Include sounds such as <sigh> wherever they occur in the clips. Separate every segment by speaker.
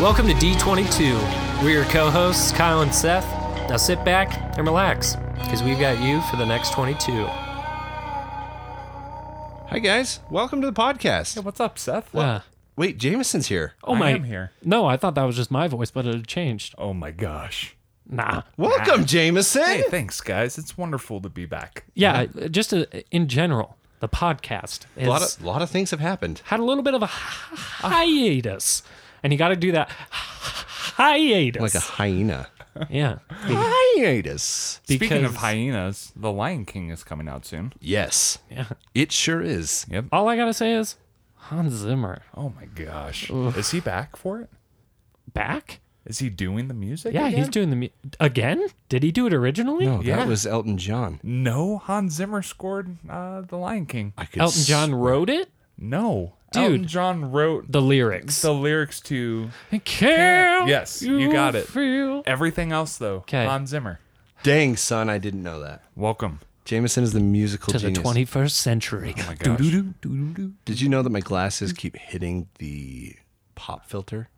Speaker 1: Welcome to D22. We're your co hosts, Kyle and Seth. Now sit back and relax, because we've got you for the next 22.
Speaker 2: Hi guys, welcome to the podcast.
Speaker 3: What's up, Seth?
Speaker 1: Uh,
Speaker 2: Wait, Jameson's here.
Speaker 1: oh,
Speaker 3: I
Speaker 1: my.
Speaker 3: am here.
Speaker 1: No, I thought that was just my voice, but it had changed.
Speaker 3: Oh my gosh.
Speaker 1: Nah.
Speaker 2: Welcome, Jameson.
Speaker 3: Hey, thanks, guys. It's wonderful to be back.
Speaker 1: Yeah, just uh in general, the podcast is,
Speaker 2: a lot of lot of things have happened.
Speaker 1: had a little bit of a hiatus, and you got to do that hiatus.
Speaker 2: Like
Speaker 1: <laughs>
Speaker 2: a hyena.
Speaker 1: yeah,
Speaker 2: Hiatus.
Speaker 3: Speaking
Speaker 1: Because-
Speaker 3: of hyenas, The Lion King is coming out soon.
Speaker 2: Yes,
Speaker 1: yeah.
Speaker 2: it sure is.
Speaker 3: Yep.
Speaker 1: All I gotta say is Hans Zimmer
Speaker 3: Oh my gosh. Is he back for it?
Speaker 1: back.
Speaker 3: Is he doing the music?
Speaker 1: Yeah,
Speaker 3: again?
Speaker 1: he's doing the mu- again. Did he do it originally?
Speaker 2: No,
Speaker 3: Yeah.
Speaker 2: Oh, that was Elton John.
Speaker 3: No, Hans Zimmer scored uh, The Lion King.
Speaker 2: I could
Speaker 1: Elton
Speaker 2: s-
Speaker 1: John wrote it.
Speaker 3: No.
Speaker 1: Dude.
Speaker 3: Elton John wrote
Speaker 1: The lyrics.
Speaker 3: the lyrics to
Speaker 1: Can
Speaker 3: Yes, you got it.
Speaker 1: feel-
Speaker 3: everything else, though.
Speaker 1: 'Kay.
Speaker 3: Hans Zimmer.
Speaker 2: Dang son, I didn't know that.
Speaker 1: <laughs>
Speaker 3: Welcome.
Speaker 2: Jameson is the musical
Speaker 1: to the
Speaker 2: genius.
Speaker 1: 21st century.
Speaker 3: Oh my gosh.
Speaker 2: Did you know that my glasses
Speaker 1: Mm-hmm.
Speaker 2: keep hitting the pop filter?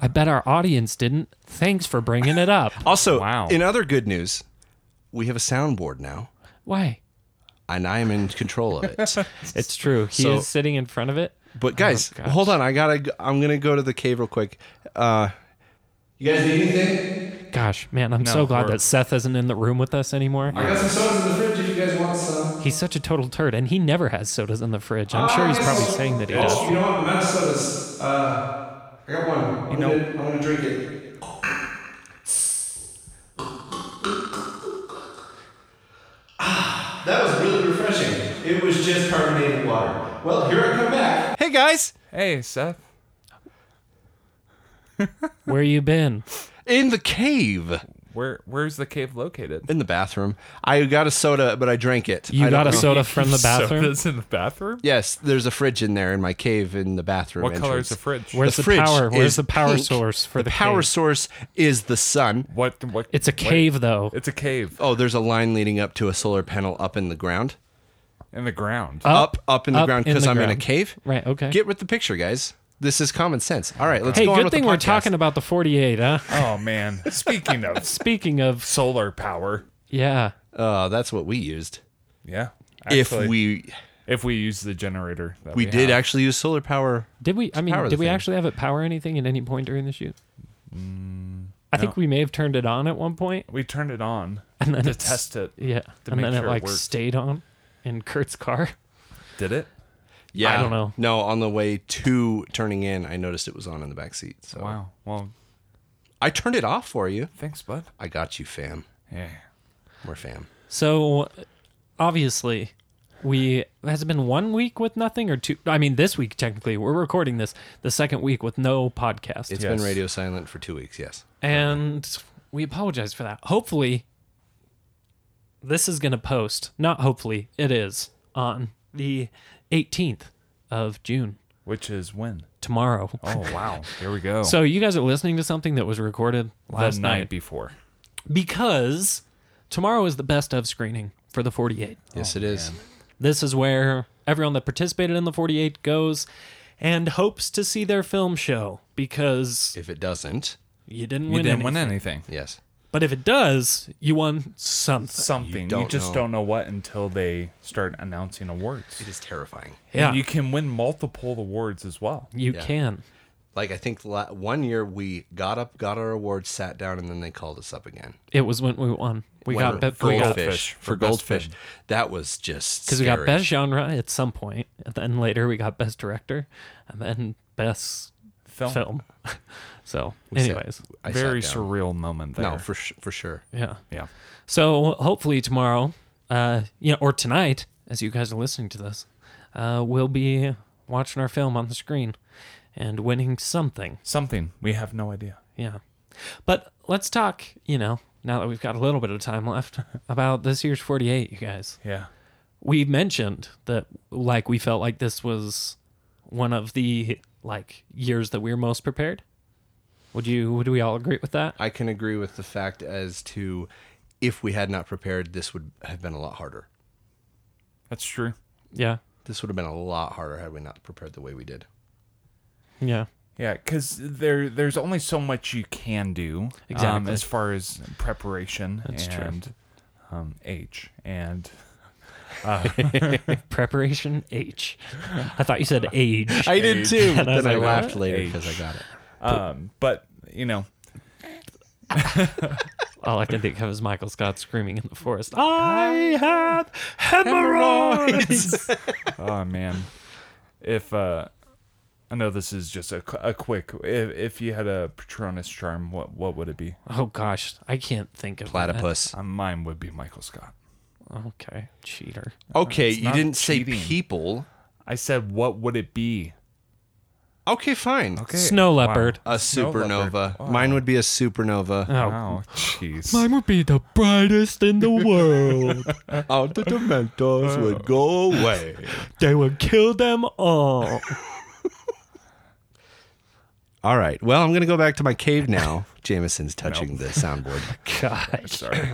Speaker 1: I bet our audience didn't. Thanks for bringing it up.
Speaker 2: Also,
Speaker 3: Wow.
Speaker 2: in other good news, we have a soundboard now,
Speaker 1: Why?
Speaker 2: and I am in control of it.
Speaker 1: It's true. He
Speaker 2: So-
Speaker 1: is sitting in front of it.
Speaker 2: But guys,
Speaker 1: Oh gosh.
Speaker 2: hold on. I gotta. g- I'm gonna go to the cave real quick. Uh, you guys need anything?
Speaker 1: Gosh, man, I'm so glad
Speaker 3: we're-
Speaker 1: that Seth isn't in the room with us anymore.
Speaker 2: I got some sodas in the fridge if you guys want some.
Speaker 1: He's such a total turd, and he never has sodas in the fridge. I'm sure he's probably saying that he does.
Speaker 2: you know what? Not sodas. Uh, I got one. I'm,
Speaker 3: know-
Speaker 2: gonna, I'm gonna drink it. Ah, That was really refreshing. It was just carbonated water. Well, here I come back. Hey guys,
Speaker 3: Hey, Seth.
Speaker 1: Where you been?
Speaker 2: in the cave,
Speaker 3: Where Where's the cave located?
Speaker 2: in the bathroom. I got a soda, but I drank it.
Speaker 1: You
Speaker 2: I
Speaker 1: got
Speaker 2: don't
Speaker 1: a
Speaker 2: know-
Speaker 1: soda
Speaker 3: <laughs>
Speaker 1: from the bathroom?
Speaker 3: Soda's in the bathroom?
Speaker 2: Yes, there's a fridge in there in my cave in the bathroom.
Speaker 3: What color
Speaker 2: entrance.
Speaker 3: is the fridge?
Speaker 1: Where's the,
Speaker 2: fridge
Speaker 1: power?
Speaker 2: is
Speaker 1: Where's the power
Speaker 2: pink.
Speaker 1: source for the,
Speaker 2: power
Speaker 1: cave?
Speaker 2: source is the sun.
Speaker 3: what? What?
Speaker 1: It's a
Speaker 3: what-
Speaker 1: cave, though.
Speaker 3: It's a cave
Speaker 2: Oh, there's a line leading up to a solar panel up in the ground.
Speaker 3: in the ground.
Speaker 2: Up, up, in the
Speaker 1: up
Speaker 2: ground
Speaker 1: in
Speaker 2: because
Speaker 1: the
Speaker 2: I'm in a
Speaker 1: ground.
Speaker 2: cave.
Speaker 1: Right, okay.
Speaker 2: Get with the picture, guys. This is common sense. All right, let's
Speaker 1: hey,
Speaker 2: go on
Speaker 1: good
Speaker 2: with
Speaker 1: thing
Speaker 2: the
Speaker 1: we're
Speaker 2: podcast.
Speaker 1: talking about the 48, huh?
Speaker 3: oh man! Speaking of
Speaker 1: Speaking of,
Speaker 3: solar power,
Speaker 1: yeah,
Speaker 2: Uh, that's what we used.
Speaker 3: yeah.
Speaker 2: if we
Speaker 3: if we use the generator, that
Speaker 2: we did
Speaker 3: have.
Speaker 2: actually use solar power.
Speaker 1: did we? I mean,
Speaker 2: power the
Speaker 1: did we
Speaker 2: thing.
Speaker 1: actually have it power anything at any point during the shoot? I think we may have turned it on at one point,
Speaker 3: we turned
Speaker 2: <laughs>
Speaker 3: it on
Speaker 1: and then
Speaker 3: to
Speaker 1: it's-
Speaker 3: test it.
Speaker 1: Yeah,
Speaker 3: to
Speaker 1: and
Speaker 3: make
Speaker 1: then it
Speaker 3: sure it
Speaker 1: like
Speaker 3: worked.
Speaker 1: stayed on in Kurt's car.
Speaker 3: Did it?
Speaker 2: Yeah,
Speaker 1: I don't know.
Speaker 2: No, on the way to turning in, I noticed it was on in the back seat. So
Speaker 3: Wow. Well,
Speaker 2: I turned it off for you.
Speaker 3: thanks, bud.
Speaker 2: I got you, fam.
Speaker 3: Yeah.
Speaker 2: We're fam.
Speaker 1: <laughs> So obviously, we has it been one week with nothing or two? I mean, this week technically we're recording this the second week with no podcast,
Speaker 2: It's
Speaker 3: Yes.
Speaker 2: been radio silent for two weeks. Yes.
Speaker 1: and we apologize for that. Hopefully, this is gonna post. Not hopefully, it is on the 18th of June
Speaker 3: Which is when?
Speaker 1: tomorrow.
Speaker 3: Oh wow! Here we go.
Speaker 1: So you guys are listening to something that was recorded
Speaker 3: the
Speaker 1: last
Speaker 3: night,
Speaker 1: night
Speaker 3: before.
Speaker 1: because tomorrow is the best of screening for the 48.
Speaker 2: Yes, it is.
Speaker 1: This is where everyone that participated in the 48 goes and hopes to see their film show because
Speaker 2: If it doesn't,
Speaker 1: you didn't
Speaker 3: You
Speaker 1: win
Speaker 3: didn't
Speaker 1: any.
Speaker 3: win anything.
Speaker 2: yes.
Speaker 1: But if it does, you won something.
Speaker 3: Something you,
Speaker 2: don't
Speaker 3: just
Speaker 2: know.
Speaker 3: don't know what until they start announcing awards.
Speaker 2: It is terrifying.
Speaker 1: Yeah,
Speaker 3: And
Speaker 1: you,
Speaker 3: you can win multiple awards as well.
Speaker 2: Yeah.
Speaker 1: can.
Speaker 2: Like I think la- one year we got up, got our award, sat down, and then they called us up again.
Speaker 1: It was when we won. We
Speaker 2: When-
Speaker 1: got best
Speaker 2: for
Speaker 1: we got
Speaker 2: goldfish
Speaker 3: Goldfish
Speaker 2: for,
Speaker 3: for best
Speaker 2: goldfish.
Speaker 3: film.
Speaker 2: That was just
Speaker 1: because we got best genre at some point, and then later we got best director, and then best
Speaker 3: Film.
Speaker 1: film. <laughs> so,
Speaker 2: sat-
Speaker 1: anyways,
Speaker 2: I sat
Speaker 3: Very
Speaker 2: down.
Speaker 3: surreal moment there.
Speaker 2: No, for sh- for sure.
Speaker 1: yeah.
Speaker 3: yeah.
Speaker 1: So hopefully tomorrow, uh, you know, or tonight, as you guys are listening to this, uh, we'll be watching our film on the screen and winning something.
Speaker 3: Something we have no idea.
Speaker 1: Yeah. But let's talk, you know, now that we've got a little bit of time left, <laughs> about this year's 48, you guys.
Speaker 3: Yeah.
Speaker 1: We mentioned that, like, we felt like this was one of the, like, years that we were most prepared. Would you, would we all agree with that?
Speaker 2: I can agree with the fact as to if we had not prepared, this would have been a lot harder.
Speaker 3: That's true.
Speaker 1: Yeah.
Speaker 2: This would have been a lot harder had we not prepared the way we did.
Speaker 1: Yeah.
Speaker 3: Yeah, because there there's only so much you can do um,
Speaker 1: Exactly.
Speaker 3: as far as preparation
Speaker 1: That's true.
Speaker 3: and Um, age and
Speaker 1: Preparation H. I thought you said age.
Speaker 2: I did <laughs> too, but
Speaker 1: And I was
Speaker 2: then I
Speaker 1: like,
Speaker 2: laughed
Speaker 1: what?
Speaker 2: later
Speaker 3: Age.
Speaker 2: because I got it.
Speaker 3: um, but you know
Speaker 1: All I can think of is Michael Scott screaming in the forest. I have hemorrhoids.
Speaker 3: <laughs> oh man if uh i know this is just a, qu- a quick if, if you had a patronus charm what what would it be
Speaker 1: oh gosh, I can't think of that.
Speaker 2: Platypus.
Speaker 3: uh, mine would be michael scott
Speaker 1: Okay, cheater.
Speaker 2: Okay, you
Speaker 3: not
Speaker 2: didn't say
Speaker 3: cheating.
Speaker 2: people.
Speaker 3: i said what would it be
Speaker 2: Okay, fine.
Speaker 3: okay
Speaker 1: Snow leopard.
Speaker 2: A
Speaker 3: Snow leopard.
Speaker 2: supernova. Mine would be
Speaker 1: <laughs>
Speaker 2: a supernova.
Speaker 1: Oh,
Speaker 3: wow. oh jeez
Speaker 1: would be the brightest in the world.
Speaker 2: Oh, the Dementors would go away.
Speaker 1: they would kill them all.
Speaker 2: <laughs> All right. Well, I'm going to go back to my
Speaker 1: <laughs>
Speaker 2: cave now. Jameson's touching the soundboard.
Speaker 1: Gosh,
Speaker 3: <laughs> sorry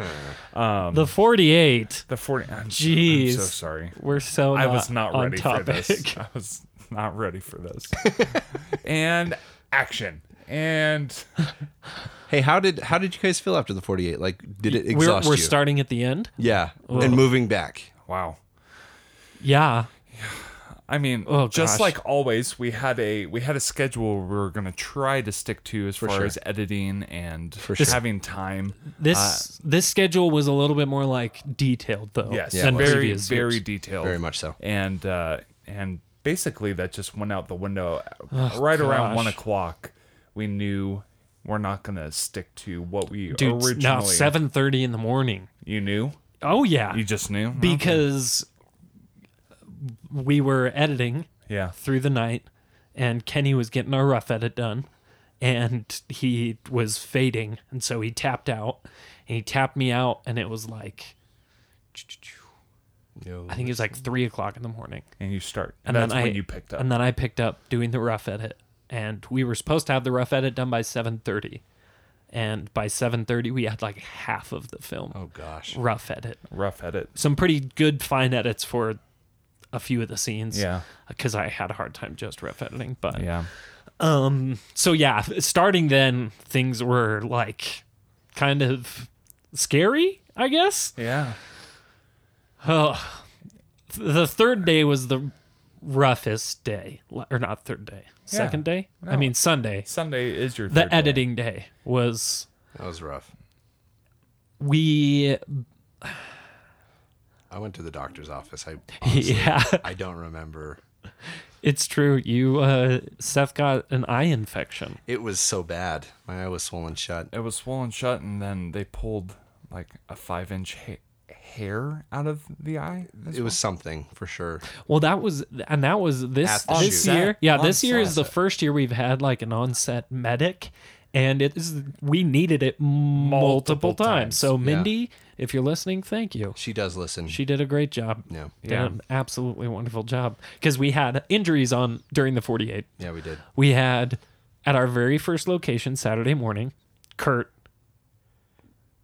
Speaker 3: Um,
Speaker 1: the forty-eight.
Speaker 3: the 40 I'm,
Speaker 1: Jeez.
Speaker 3: I'm so sorry
Speaker 1: We're so.
Speaker 3: i was not
Speaker 1: on
Speaker 3: ready
Speaker 1: topic.
Speaker 3: for this i was not ready for this and action and
Speaker 2: Hey, how did how did you guys feel after the 48? Like, did
Speaker 1: <laughs>
Speaker 2: it
Speaker 1: We're,
Speaker 2: exhaust
Speaker 1: we're
Speaker 2: you?
Speaker 1: starting at the end.
Speaker 2: yeah, and moving back.
Speaker 3: wow
Speaker 1: Yeah.
Speaker 3: I mean,
Speaker 1: Oh,
Speaker 3: just
Speaker 1: gosh.
Speaker 3: like always, we had a we had a schedule we were gonna try to stick to as far
Speaker 2: sure.
Speaker 3: as editing and
Speaker 2: sure.
Speaker 3: having time. Uh,
Speaker 1: This this schedule was a little bit more like detailed though.
Speaker 3: Yes,
Speaker 1: than
Speaker 3: very
Speaker 1: previous
Speaker 3: very
Speaker 1: years.
Speaker 3: detailed,
Speaker 2: Very much so.
Speaker 3: and uh, and basically that just went out the window right around
Speaker 1: Oh, gosh.
Speaker 3: one o'clock. We knew we're not gonna stick to what we
Speaker 1: Dude,
Speaker 3: originally.
Speaker 1: now seven thirty in the morning.
Speaker 3: You knew.
Speaker 1: Oh yeah,
Speaker 3: You just knew.
Speaker 1: because we were editing
Speaker 3: Okay. yeah,
Speaker 1: through the night, and Kenny was getting our rough edit done, and he was fading, and so he tapped out, and he tapped me out, and it was like, I think it was like three o'clock in the morning,
Speaker 3: and you start,
Speaker 1: and
Speaker 3: and, that's
Speaker 1: then I
Speaker 3: when you picked up.
Speaker 1: and then I picked up doing the rough edit, and we were supposed to have the rough edit done by seven thirty. And by 7:30, we had like half of the film
Speaker 2: Oh gosh.
Speaker 1: rough edit
Speaker 3: Rough edit.
Speaker 1: some pretty good fine edits for a few of the scenes.
Speaker 3: Yeah.
Speaker 1: Because I had a hard time just rough editing. But
Speaker 3: Yeah.
Speaker 1: um so yeah, starting then things were like kind of scary, I guess.
Speaker 3: Yeah.
Speaker 1: Oh, the third day was the roughest day. Or not third day. Second day? I
Speaker 3: No.
Speaker 1: mean Sunday.
Speaker 3: Sunday is your third
Speaker 1: The
Speaker 3: day.
Speaker 1: editing day was
Speaker 2: That was rough.
Speaker 1: we
Speaker 2: I went to the doctor's office. I
Speaker 1: <laughs> <laughs> yeah.
Speaker 2: I don't remember.
Speaker 1: It's true. You uh Seth got an eye infection.
Speaker 2: It was so bad. My eye was swollen shut.
Speaker 3: it was swollen shut, and then they pulled like a five inch ha- hair out of the eye. That's
Speaker 2: It was something for sure.
Speaker 1: Well, that was, and that was this
Speaker 2: At the
Speaker 1: this
Speaker 2: shoot.
Speaker 1: year. Yeah,
Speaker 3: On
Speaker 1: this year is the
Speaker 3: set.
Speaker 1: first year we've had like an onset medic, and it is we needed it multiple,
Speaker 3: Multiple
Speaker 1: times.
Speaker 3: times.
Speaker 1: So Mindy, if you're listening, thank you.
Speaker 2: She does listen.
Speaker 1: She did a great job.
Speaker 2: Yeah.
Speaker 1: Did
Speaker 3: Yeah.
Speaker 1: an absolutely wonderful job because we had injuries on during the 48.
Speaker 2: yeah, we did.
Speaker 1: We had at our very first location Saturday morning, Kurt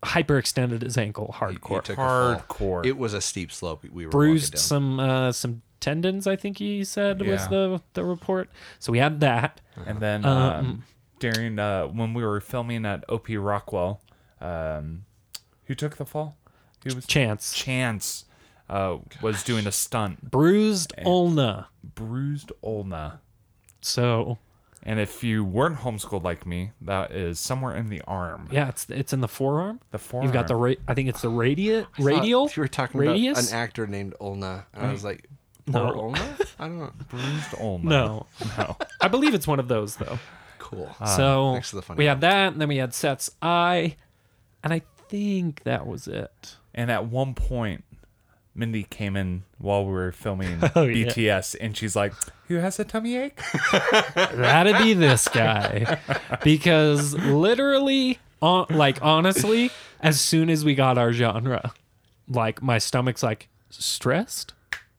Speaker 1: hyperextended his ankle hardcore.
Speaker 2: You took a fall.
Speaker 3: Hardcore.
Speaker 2: It was a steep slope. We were
Speaker 1: bruised
Speaker 2: Some-
Speaker 1: some uh, some tendons. I think he said was
Speaker 3: Yeah.
Speaker 1: the the report. So we had that.
Speaker 3: And then um, during uh, when we were filming at OP Rockwell, um, who took the fall? Who was
Speaker 1: Chance
Speaker 3: Chance uh, was doing a stunt,
Speaker 1: bruised ulna.
Speaker 3: bruised ulna.
Speaker 1: So
Speaker 3: And if you weren't homeschooled like me, that is somewhere in the arm.
Speaker 1: yeah, it's it's in the forearm.
Speaker 3: The forearm.
Speaker 1: You've got the ra- I think it's the radiate radial.
Speaker 2: You were talking
Speaker 1: radius. Mm.
Speaker 2: about an actor named Olna, and I was like,
Speaker 1: No.
Speaker 2: or Olna?
Speaker 1: <laughs>
Speaker 2: I don't know.
Speaker 3: bruised ulna.
Speaker 1: no, I believe it's one of those though.
Speaker 2: Cool.
Speaker 1: so
Speaker 2: next to Ah, the funny
Speaker 1: we had that, and then we had Seth's eye, and I think that was it.
Speaker 3: And at one point, Mindy came in while we were filming
Speaker 1: <laughs> Oh, yeah.
Speaker 3: BTS, and she's like, "Who has a
Speaker 1: <laughs>
Speaker 3: tummy ache?"
Speaker 1: That'd be this
Speaker 2: <laughs>
Speaker 1: guy. Because literally, on, like, honestly, as soon as we got our genre, like, my stomach's like, stressed?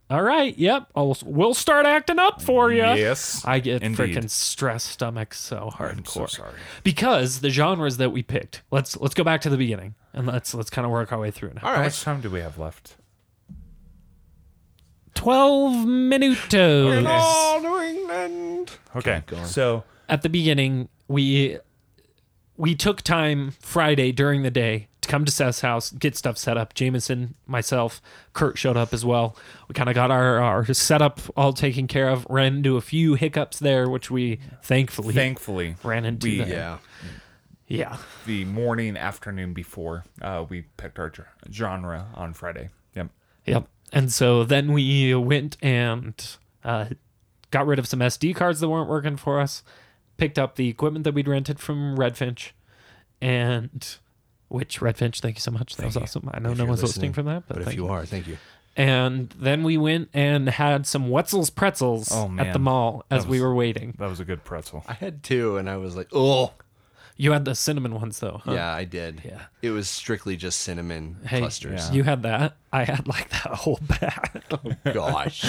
Speaker 1: All right, yep. I'll, we'll start acting up for you.
Speaker 3: Yes,
Speaker 1: I get
Speaker 3: indeed.
Speaker 1: freaking stressed stomach so hardcore.
Speaker 3: I'm so sorry.
Speaker 1: Because the genres that we picked, let's let's go back to the beginning and let's let's kind of work our way through now.
Speaker 2: All
Speaker 3: How
Speaker 2: right.
Speaker 3: much time do we have left?
Speaker 1: 12 minutos.
Speaker 2: New England.
Speaker 3: Okay. So
Speaker 1: at the beginning we we took time Friday during the day to come to Seth's house, get stuff set up. Jameson, myself, Kurt showed up as well. We kind of got our, our setup all taken care of. Ran into a few hiccups there, which we thankfully
Speaker 3: Thankfully,
Speaker 1: ran into
Speaker 3: we,
Speaker 1: that.
Speaker 2: Yeah.
Speaker 1: yeah.
Speaker 3: the morning afternoon before uh, we picked our gen- genre on Friday. Yep.
Speaker 1: Yep. And so then we went and uh, got rid of some SD cards that weren't working for us, picked up the equipment that we'd rented from Redfinch, and which Redfinch, thank you so much. That was awesome. I know
Speaker 2: If
Speaker 1: no
Speaker 2: you're
Speaker 1: one's listening from that, but,
Speaker 2: but if
Speaker 1: thank
Speaker 2: you
Speaker 1: you.
Speaker 2: are, thank you.
Speaker 1: And then we went and had some Wetzel's pretzels
Speaker 3: Oh,
Speaker 1: at the
Speaker 3: man.
Speaker 1: mall as we
Speaker 3: was-
Speaker 1: were waiting.
Speaker 3: That was a good pretzel.
Speaker 2: I had two, and I was like, oh,
Speaker 1: You had the cinnamon ones though. Huh?
Speaker 2: yeah, I did.
Speaker 1: Yeah.
Speaker 2: It was strictly just cinnamon
Speaker 1: Hey,
Speaker 2: clusters.
Speaker 1: you had that. I had like that whole bag.
Speaker 2: <laughs> Gosh,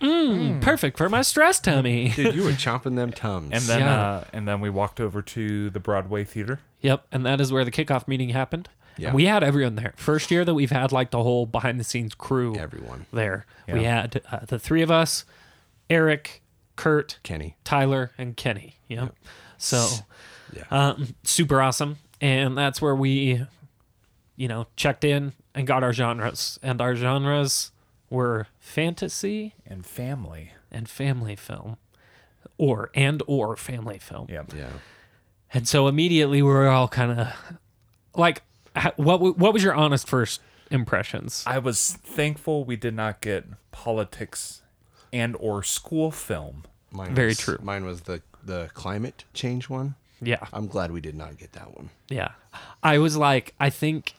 Speaker 1: Perfect for my stress tummy.
Speaker 2: dude, you were chomping them tums.
Speaker 3: And then,
Speaker 1: Yeah.
Speaker 3: uh, and then we walked over to the Broadway Theater.
Speaker 1: Yep, and that is where the kickoff meeting happened.
Speaker 2: Yeah.
Speaker 1: And We had everyone there. First year that we've had like the whole behind the scenes crew.
Speaker 2: Everyone.
Speaker 1: there. We had uh, the three of us, Eric, Kurt,
Speaker 2: Kenny.
Speaker 1: Tyler, and Kenny. Yep. So,
Speaker 2: Yeah.
Speaker 1: um, super awesome. And that's where we, you know, checked in and got our genres. And our genres were fantasy
Speaker 3: And family.
Speaker 1: and family film, or and or family film.
Speaker 3: Yep.
Speaker 2: yeah.
Speaker 1: And so immediately we were all kind of like, h- what w- what was your honest first impressions?
Speaker 3: I was thankful we did not get politics and or school film.
Speaker 2: Mine
Speaker 1: Very
Speaker 2: was-
Speaker 1: true.
Speaker 2: Mine was the the climate change one.
Speaker 1: Yeah,
Speaker 2: I'm glad we did not get that one.
Speaker 1: yeah. I was like, I think,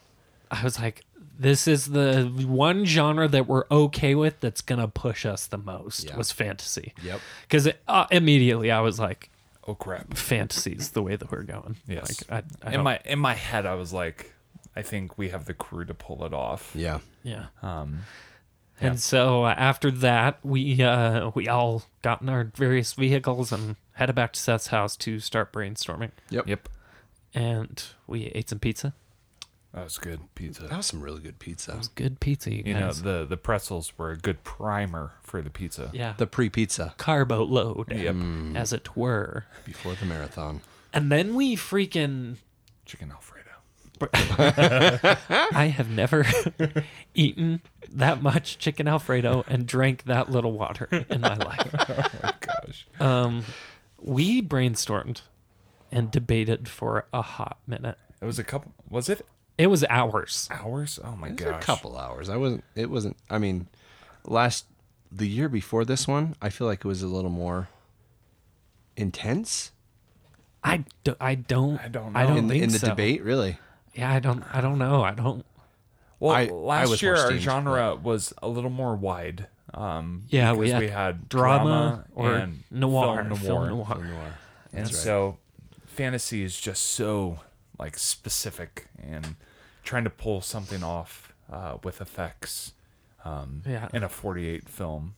Speaker 1: I was like, this is the one genre that we're okay with that's gonna push us the most
Speaker 2: Yeah.
Speaker 1: was fantasy.
Speaker 2: Yep.
Speaker 1: Because uh, immediately I was like,
Speaker 3: Oh crap.
Speaker 1: fantasy's the way that we're going.
Speaker 3: Yes.
Speaker 1: Like, I, I
Speaker 3: in
Speaker 1: don't-
Speaker 3: my in my head I was like, I think we have the crew to pull it off.
Speaker 2: Yeah.
Speaker 1: yeah.
Speaker 3: Um
Speaker 1: And so uh, after that, we uh, we all got in our various vehicles and headed back to Seth's house to start brainstorming.
Speaker 2: Yep.
Speaker 3: Yep.
Speaker 1: and we ate some pizza.
Speaker 3: That was good
Speaker 2: That
Speaker 3: pizza.
Speaker 2: was some really good pizza.
Speaker 1: Good pizza, you,
Speaker 3: You know,
Speaker 1: guys.
Speaker 3: the the pretzels were a good primer for the pizza.
Speaker 1: yeah,
Speaker 2: The pre pizza
Speaker 1: carbo load,
Speaker 3: Yep.
Speaker 2: Mm.
Speaker 1: as it were.
Speaker 2: before the marathon.
Speaker 1: And then we freaking.
Speaker 3: Chicken Alfredo.
Speaker 1: I have never <laughs> eaten that much chicken Alfredo and drank that little water in my life.
Speaker 3: Gosh.
Speaker 1: We brainstormed and debated for a hot minute.
Speaker 3: It was a couple was it
Speaker 1: It was hours.
Speaker 3: hours? Oh my
Speaker 2: It was
Speaker 3: gosh.
Speaker 2: a couple hours. I wasn't. It wasn't. I mean, last the year before this one, I feel like it was a little more intense
Speaker 1: I, do, I don't.
Speaker 3: I don't
Speaker 1: I
Speaker 3: know.
Speaker 1: don't
Speaker 2: in the,
Speaker 1: think
Speaker 2: in the
Speaker 1: so.
Speaker 2: debate. Really,
Speaker 1: Yeah, I don't. I don't know. I don't.
Speaker 3: Well,
Speaker 2: I- I
Speaker 3: last
Speaker 2: was
Speaker 3: year
Speaker 2: more
Speaker 3: our
Speaker 2: steamed,
Speaker 3: genre was a little more wide. Um,
Speaker 1: Yeah,
Speaker 3: because
Speaker 1: we had Drama, or
Speaker 3: and
Speaker 1: noir,
Speaker 3: film
Speaker 1: film
Speaker 3: noir.
Speaker 1: noir.
Speaker 3: and so fantasy is just so like specific and trying to pull something off uh, with effects
Speaker 1: Yeah,
Speaker 3: in a 48 film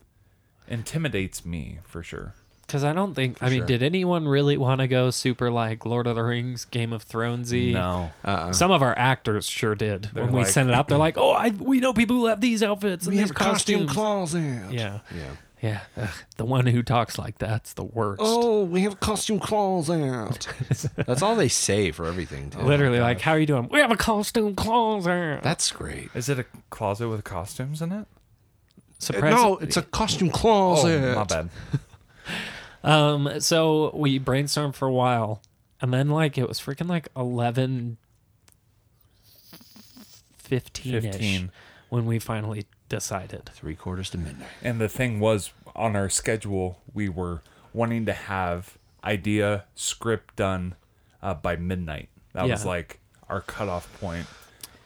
Speaker 3: intimidates me for sure.
Speaker 1: Because I don't think. I mean,
Speaker 2: sure.
Speaker 1: did anyone really want to go super like Lord of the Rings, Game of Thronesy?
Speaker 3: No,
Speaker 1: Some of our actors sure did. when we
Speaker 3: like-
Speaker 1: sent it up, they're like, "Oh, I, we know people who have these outfits and these costumes."
Speaker 2: closet.
Speaker 1: yeah,
Speaker 2: Yeah.
Speaker 1: yeah. Ugh, the one who talks like that's the worst.
Speaker 2: Oh, we have costume
Speaker 1: <laughs>
Speaker 2: closet. That's all they say for everything. Too.
Speaker 1: Literally, like, how are you doing? We have a costume closet.
Speaker 2: That's great.
Speaker 3: is it a closet with costumes in it?
Speaker 1: Surprise!
Speaker 2: no, it's a costume
Speaker 3: Oh,
Speaker 2: closet.
Speaker 3: my bad.
Speaker 1: Um, so we brainstormed for a while, and then like it was freaking like eleven, fifteen, 15
Speaker 3: 15.
Speaker 1: when we finally decided.
Speaker 2: Three quarters to midnight.
Speaker 3: And the thing was, on our schedule, we were wanting to have idea script done uh, by midnight. That was
Speaker 1: Yeah.
Speaker 3: like our cutoff point.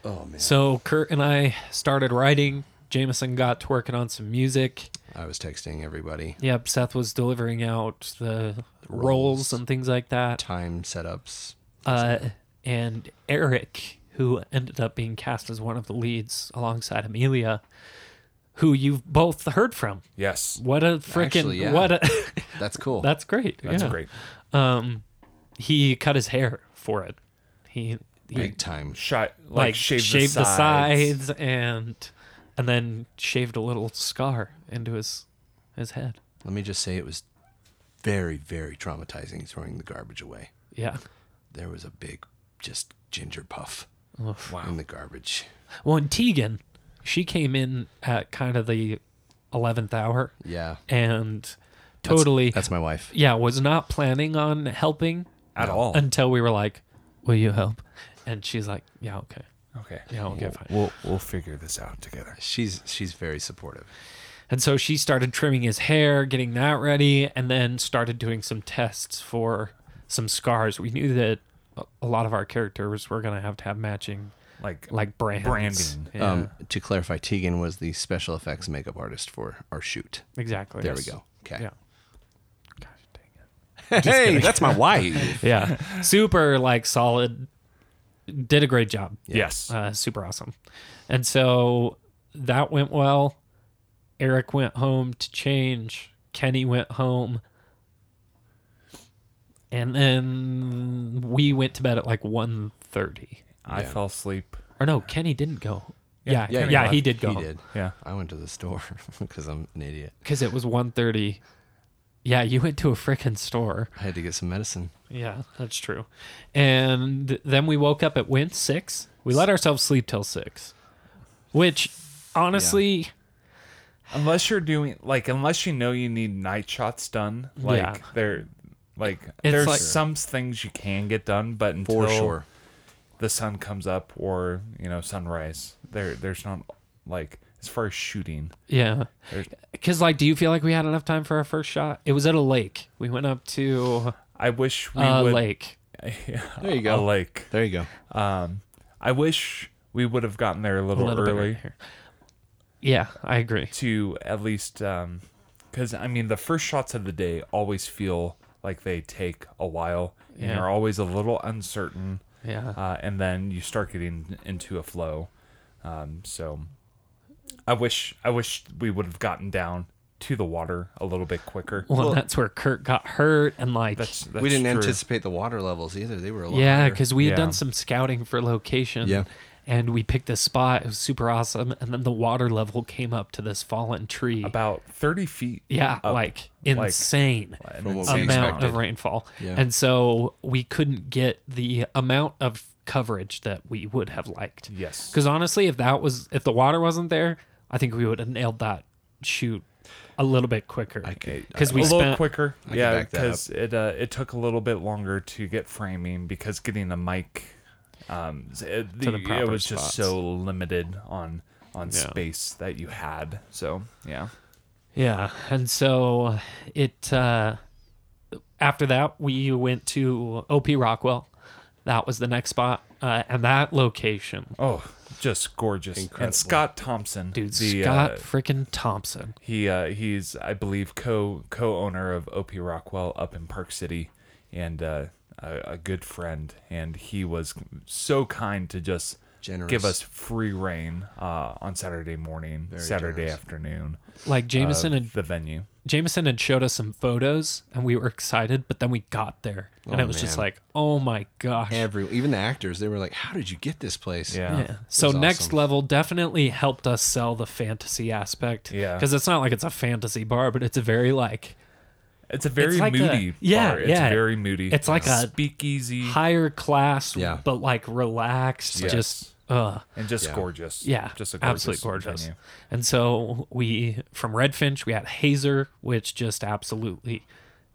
Speaker 2: Oh man,
Speaker 1: So Kurt and I started writing. Jameson got to working on some music.
Speaker 2: I was texting everybody.
Speaker 1: Yep, Seth was delivering out the roles,
Speaker 2: Roles.
Speaker 1: and things like that.
Speaker 2: Time setups.
Speaker 1: Uh, and Eric, who ended up being cast as one of the leads alongside Amelia, who you've both heard from.
Speaker 3: Yes,
Speaker 1: What a freaking
Speaker 2: Actually, yeah.
Speaker 1: what a <laughs>
Speaker 2: That's cool.
Speaker 1: that's great.
Speaker 3: that's
Speaker 1: yeah.
Speaker 3: great.
Speaker 1: He cut his hair for it. He, he
Speaker 2: big time.
Speaker 3: Shot like,
Speaker 1: like
Speaker 3: shaved,
Speaker 1: shaved
Speaker 3: the,
Speaker 1: the
Speaker 3: sides.
Speaker 1: sides and and then shaved a little scar into his his head.
Speaker 2: Let me just say it was very, very traumatizing throwing the garbage away.
Speaker 1: Yeah.
Speaker 2: There was a big, just ginger puff
Speaker 1: Oof.
Speaker 2: in the garbage.
Speaker 1: Well, and Tegan, she came in at kind of the eleventh hour
Speaker 2: Yeah.
Speaker 1: and
Speaker 2: That's-
Speaker 1: totally,
Speaker 2: That's, my wife.
Speaker 1: yeah, was not planning on helping
Speaker 3: at all.
Speaker 1: until we were like, "Will you help?" And she's like, "Yeah, okay,
Speaker 3: okay.
Speaker 1: yeah, okay,
Speaker 3: We'll,
Speaker 1: fine."
Speaker 3: we'll we'll figure this out together.
Speaker 2: She's she's very supportive.
Speaker 1: And so she started trimming his hair, getting that ready, and then started doing some tests for some scars. We knew that a- a lot of our characters were going to have to have matching
Speaker 3: Like
Speaker 1: like brands.
Speaker 3: Branding.
Speaker 1: Yeah,
Speaker 2: Um, to clarify, Tegan was the special effects makeup artist for our shoot.
Speaker 1: exactly.
Speaker 2: There we go. Okay.
Speaker 1: Yeah.
Speaker 2: <laughs> Hey, that's my wife.
Speaker 1: <laughs> Yeah. super like solid. Did a great job.
Speaker 3: yes.
Speaker 1: Uh, super awesome. And so that went well. Eric went home to change. Kenny went home. And then we went to bed at like 1.30.
Speaker 3: I fell asleep.
Speaker 1: Or no, Kenny didn't go. Yeah, yeah,
Speaker 2: Kenny
Speaker 1: he did go.
Speaker 2: he did.
Speaker 3: Yeah.
Speaker 2: I went to the store <laughs> because I'm an idiot.
Speaker 1: Because it was 1.30. Yeah, you went to a freaking store.
Speaker 2: I had to get some medicine.
Speaker 1: Yeah, that's true. And then we woke up at when? Six? We let ourselves sleep till six. Which, honestly...
Speaker 3: Unless you're doing like unless you know you need night shots done, like
Speaker 1: Yeah.
Speaker 3: there like there's
Speaker 1: like-
Speaker 3: some things you can get done, but until
Speaker 2: For sure.
Speaker 3: the sun comes up or, you know, sunrise, there there's not like as far as shooting.
Speaker 1: Yeah.
Speaker 3: There's-
Speaker 1: Because, like, do you feel like we had enough time for our first shot? It was at a lake. We went up to
Speaker 3: I wish we
Speaker 1: a
Speaker 3: would
Speaker 1: lake.
Speaker 2: There you
Speaker 3: a
Speaker 2: go.
Speaker 3: lake.
Speaker 2: There you go.
Speaker 3: Um I wish we would have gotten there a
Speaker 1: A
Speaker 3: little,
Speaker 1: little bit
Speaker 3: early.
Speaker 1: right here. Yeah, I agree.
Speaker 3: to at least um because i mean the first shots of the day always feel like they take a while and
Speaker 1: Yeah.
Speaker 3: you're always a little uncertain
Speaker 1: Yeah.
Speaker 3: uh, and then you start getting into a flow um so i wish i wish we would have gotten down to the water a little bit quicker
Speaker 1: Well, that's where Kurt got hurt, and like,
Speaker 3: that's, that's
Speaker 2: we didn't
Speaker 3: true.
Speaker 2: anticipate the water levels either. They were a lot
Speaker 1: yeah,
Speaker 2: higher.
Speaker 1: because we had
Speaker 3: Yeah.
Speaker 1: done some scouting for location.
Speaker 2: Yeah.
Speaker 1: And we picked this spot. It was super awesome. And then the water level came up to this fallen tree.
Speaker 3: about 30 feet
Speaker 1: yeah,
Speaker 3: up,
Speaker 1: like
Speaker 3: like-
Speaker 1: insane.
Speaker 3: and
Speaker 2: From what
Speaker 3: it's-
Speaker 2: we
Speaker 1: amount
Speaker 2: expected.
Speaker 1: of rainfall.
Speaker 2: Yeah.
Speaker 1: And so we couldn't get the amount of coverage that we would have liked.
Speaker 3: yes
Speaker 1: Because honestly, if that was if the water wasn't there, I think we would have nailed that shoot a little bit quicker. Because we
Speaker 3: a little
Speaker 1: spent
Speaker 3: quicker.
Speaker 2: can
Speaker 3: yeah,
Speaker 2: back that
Speaker 3: because it uh, it took a little bit longer to get framing because getting the mic, um, s- it, the,
Speaker 1: the
Speaker 3: it
Speaker 1: proper
Speaker 3: was just
Speaker 1: spots.
Speaker 3: so limited on on
Speaker 1: Yeah.
Speaker 3: space that you had. So yeah,
Speaker 1: yeah, and so it uh, after that we went to OP Rockwell. That was the next spot, uh, and that location,
Speaker 3: oh, just gorgeous.
Speaker 2: Incredible.
Speaker 3: And Scott Thompson,
Speaker 1: dude,
Speaker 3: the,
Speaker 1: Scott
Speaker 3: uh,
Speaker 1: freaking Thompson.
Speaker 3: He uh, he's I believe co co owner of OP Rockwell up in Park City, and uh, a, a good friend. And he was so kind to just
Speaker 2: Generous.
Speaker 3: give us free reign uh, on Saturday morning, Saturday
Speaker 2: generous.
Speaker 3: afternoon.
Speaker 1: Like Jameson
Speaker 3: of
Speaker 1: and
Speaker 3: the venue.
Speaker 1: Jameson had showed us some photos and we were excited, but then we got there and
Speaker 2: Oh,
Speaker 1: it was just
Speaker 2: man.
Speaker 1: like, oh my gosh.
Speaker 2: Every even the actors, they were like, "How did you get this place?"
Speaker 3: Yeah.
Speaker 1: yeah. So
Speaker 2: was
Speaker 1: next
Speaker 2: awesome.
Speaker 1: level definitely helped us sell the fantasy aspect.
Speaker 3: Yeah.
Speaker 1: Because it's not like it's a fantasy bar, but it's a very like
Speaker 3: It's a very
Speaker 1: It's like
Speaker 3: moody
Speaker 1: a- yeah,
Speaker 3: bar. It's
Speaker 1: yeah.
Speaker 3: very moody.
Speaker 1: It's like a
Speaker 3: speakeasy
Speaker 1: higher class,
Speaker 2: Yeah.
Speaker 1: but like relaxed,
Speaker 3: Yes.
Speaker 1: just uh
Speaker 3: and just
Speaker 2: Yeah.
Speaker 3: gorgeous.
Speaker 1: yeah,
Speaker 3: Just a gorgeous
Speaker 1: absolutely gorgeous.
Speaker 3: venue.
Speaker 1: And so we from Redfinch we had Hazer, which just absolutely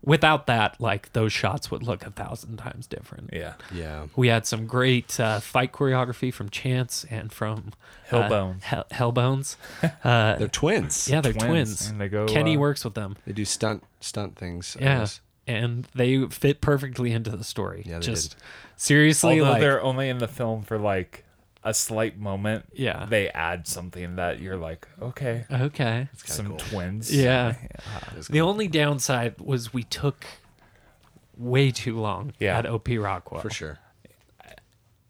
Speaker 1: without that, like those shots would look a thousand times different.
Speaker 3: Yeah.
Speaker 2: yeah.
Speaker 1: We had some great uh, fight choreography from Chance and from uh,
Speaker 3: Hellbone.
Speaker 1: Hell- Hellbones. Uh,
Speaker 2: They're twins.
Speaker 1: yeah, they're
Speaker 3: Twins,
Speaker 1: twins.
Speaker 3: and they go,
Speaker 1: Kenny
Speaker 3: uh,
Speaker 1: works with them.
Speaker 2: They do stunt stunt things. I
Speaker 1: Yeah,
Speaker 2: guess.
Speaker 1: and they fit perfectly into the story.
Speaker 2: Yeah, they
Speaker 1: Just
Speaker 2: did.
Speaker 1: seriously,
Speaker 3: Although
Speaker 1: like
Speaker 3: they're only in the film for like a slight moment.
Speaker 1: Yeah.
Speaker 3: They add something that you're like, okay,
Speaker 1: okay.
Speaker 3: some twins.
Speaker 1: Yeah.
Speaker 2: That's
Speaker 1: The only downside was we took way too long
Speaker 3: Yeah.
Speaker 1: at OP Rockwell.
Speaker 2: for sure.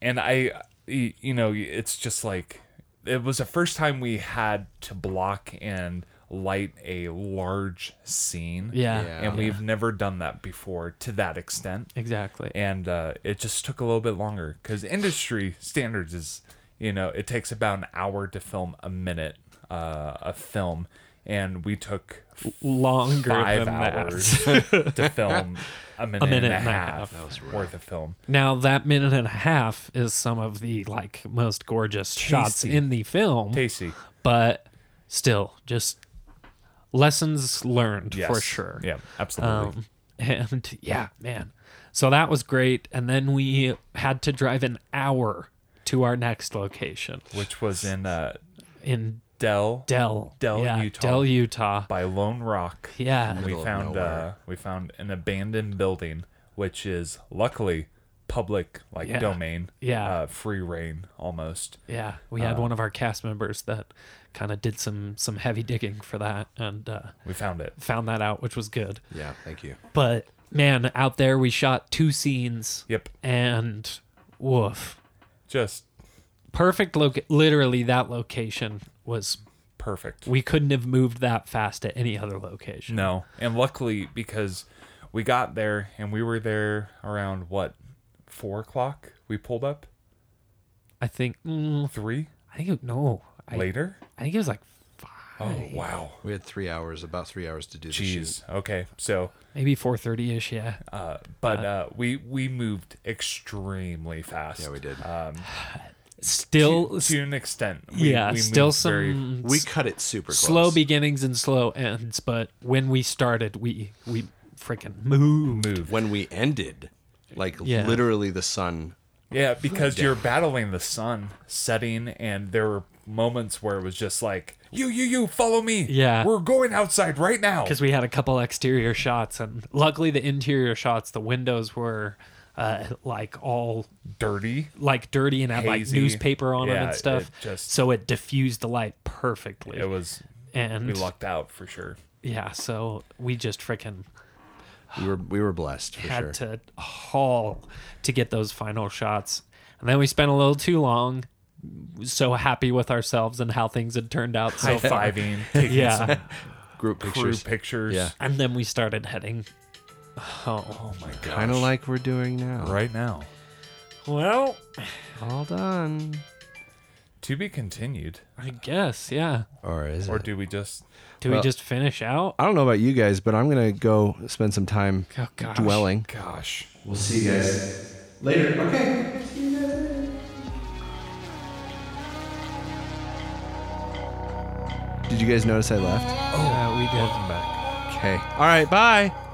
Speaker 3: and I, y- you know, it's just like it was the first time we had to block and light a large scene.
Speaker 1: Yeah.
Speaker 2: Yeah.
Speaker 3: and we've never done that before to that extent.
Speaker 1: Exactly.
Speaker 3: and uh, it just took a little bit longer because industry standards is you know it takes about an hour to film a minute uh, a film and we took
Speaker 1: Longer
Speaker 3: five
Speaker 1: than
Speaker 3: hours
Speaker 1: that. <laughs>
Speaker 3: to film a minute,
Speaker 1: minute
Speaker 3: and a
Speaker 1: and a half.
Speaker 3: half, worth of film.
Speaker 1: Now that minute and a half is some of the like most gorgeous shots
Speaker 3: Tasty.
Speaker 1: in the film,
Speaker 3: Tasty.
Speaker 1: but still, just lessons learned
Speaker 3: Yes.
Speaker 1: for sure.
Speaker 3: Yeah,
Speaker 1: Um,
Speaker 3: absolutely.
Speaker 1: and yeah, man. So that was great. And then we had to drive an hour to our next location
Speaker 3: Which was in uh,
Speaker 1: in
Speaker 3: Dell
Speaker 1: Dell,
Speaker 3: Dell,
Speaker 1: yeah,
Speaker 3: Utah.
Speaker 1: Dell, Utah.
Speaker 3: by Lone Rock.
Speaker 1: Yeah,
Speaker 3: we
Speaker 2: of
Speaker 3: found uh,
Speaker 2: nowhere.
Speaker 3: we found an abandoned building, which is luckily public, like
Speaker 1: Yeah.
Speaker 3: domain,
Speaker 1: Yeah.
Speaker 3: uh, free reign almost.
Speaker 1: yeah. We had
Speaker 3: Uh,
Speaker 1: one of our cast members that kind of did some some heavy digging for that and uh,
Speaker 3: We found it.
Speaker 1: found that out, which was good.
Speaker 2: Yeah, thank you.
Speaker 1: But man, out there we shot two scenes.
Speaker 3: Yep.
Speaker 1: And woof,
Speaker 3: Just
Speaker 1: perfect loc. Literally, that location was.
Speaker 3: perfect.
Speaker 1: We couldn't have moved that fast at any other location.
Speaker 3: No, and luckily because we got there and we were there around what four o'clock. We pulled up
Speaker 1: I think. Mm,
Speaker 3: three
Speaker 1: I think it- no. I,
Speaker 3: later.
Speaker 1: I think it was like five,
Speaker 3: Oh wow,
Speaker 2: We had three hours, about three hours to do the shoot.
Speaker 3: jeez. Okay, so
Speaker 1: maybe four thirty ish. Yeah.
Speaker 3: uh, but uh, we we moved extremely fast.
Speaker 2: Yeah, we did.
Speaker 1: Uh, Still.
Speaker 3: To,
Speaker 1: s-
Speaker 3: to an extent, we,
Speaker 1: yeah.
Speaker 3: we
Speaker 1: still
Speaker 3: moved
Speaker 1: some
Speaker 3: very-
Speaker 2: we cut it super close.
Speaker 1: slow beginnings and slow ends, but when we started, we we freaking moved.
Speaker 3: move.
Speaker 2: when we ended, like
Speaker 1: Yeah.
Speaker 2: literally the sun.
Speaker 3: Yeah, because you're battling the sun setting, and there were moments where it was just like, you, you, you, follow me.
Speaker 1: Yeah.
Speaker 3: We're going outside right now.
Speaker 1: because we had a couple exterior shots and luckily the interior shots the windows were uh, like all
Speaker 3: Dirty.
Speaker 1: like dirty and had like
Speaker 3: Hazy.
Speaker 1: newspaper on them
Speaker 3: Yeah,
Speaker 1: and stuff
Speaker 3: it just-
Speaker 1: so it diffused the light perfectly
Speaker 3: It was, we
Speaker 1: and
Speaker 3: lucked out for sure.
Speaker 1: yeah so we just freaking
Speaker 2: We were we were blessed for sure.
Speaker 1: had to haul to get those final shots and then we spent a little too long so happy with ourselves and how things had turned out so
Speaker 3: High <laughs>
Speaker 1: far
Speaker 3: fiving,
Speaker 1: <laughs>
Speaker 3: taking <laughs>
Speaker 1: yeah
Speaker 2: Group
Speaker 3: crew
Speaker 2: pictures,
Speaker 3: pictures.
Speaker 2: Yeah.
Speaker 1: and then we started heading oh
Speaker 3: Oh my gosh.
Speaker 2: kind of like we're doing now.
Speaker 3: right now.
Speaker 1: well
Speaker 2: all done.
Speaker 3: To be continued.
Speaker 1: i guess yeah
Speaker 2: Or is
Speaker 3: Or
Speaker 2: it?
Speaker 3: do we just.
Speaker 1: Do we
Speaker 2: Well-
Speaker 1: just finish out?
Speaker 2: I don't know about you guys, but I'm gonna go spend some time
Speaker 1: Oh, gosh.
Speaker 2: dwelling.
Speaker 3: Gosh.
Speaker 4: We'll see you guys later. Okay.
Speaker 2: Did you guys notice I left?
Speaker 1: Yeah, we did.
Speaker 3: Welcome back.
Speaker 2: Okay. All right. Bye.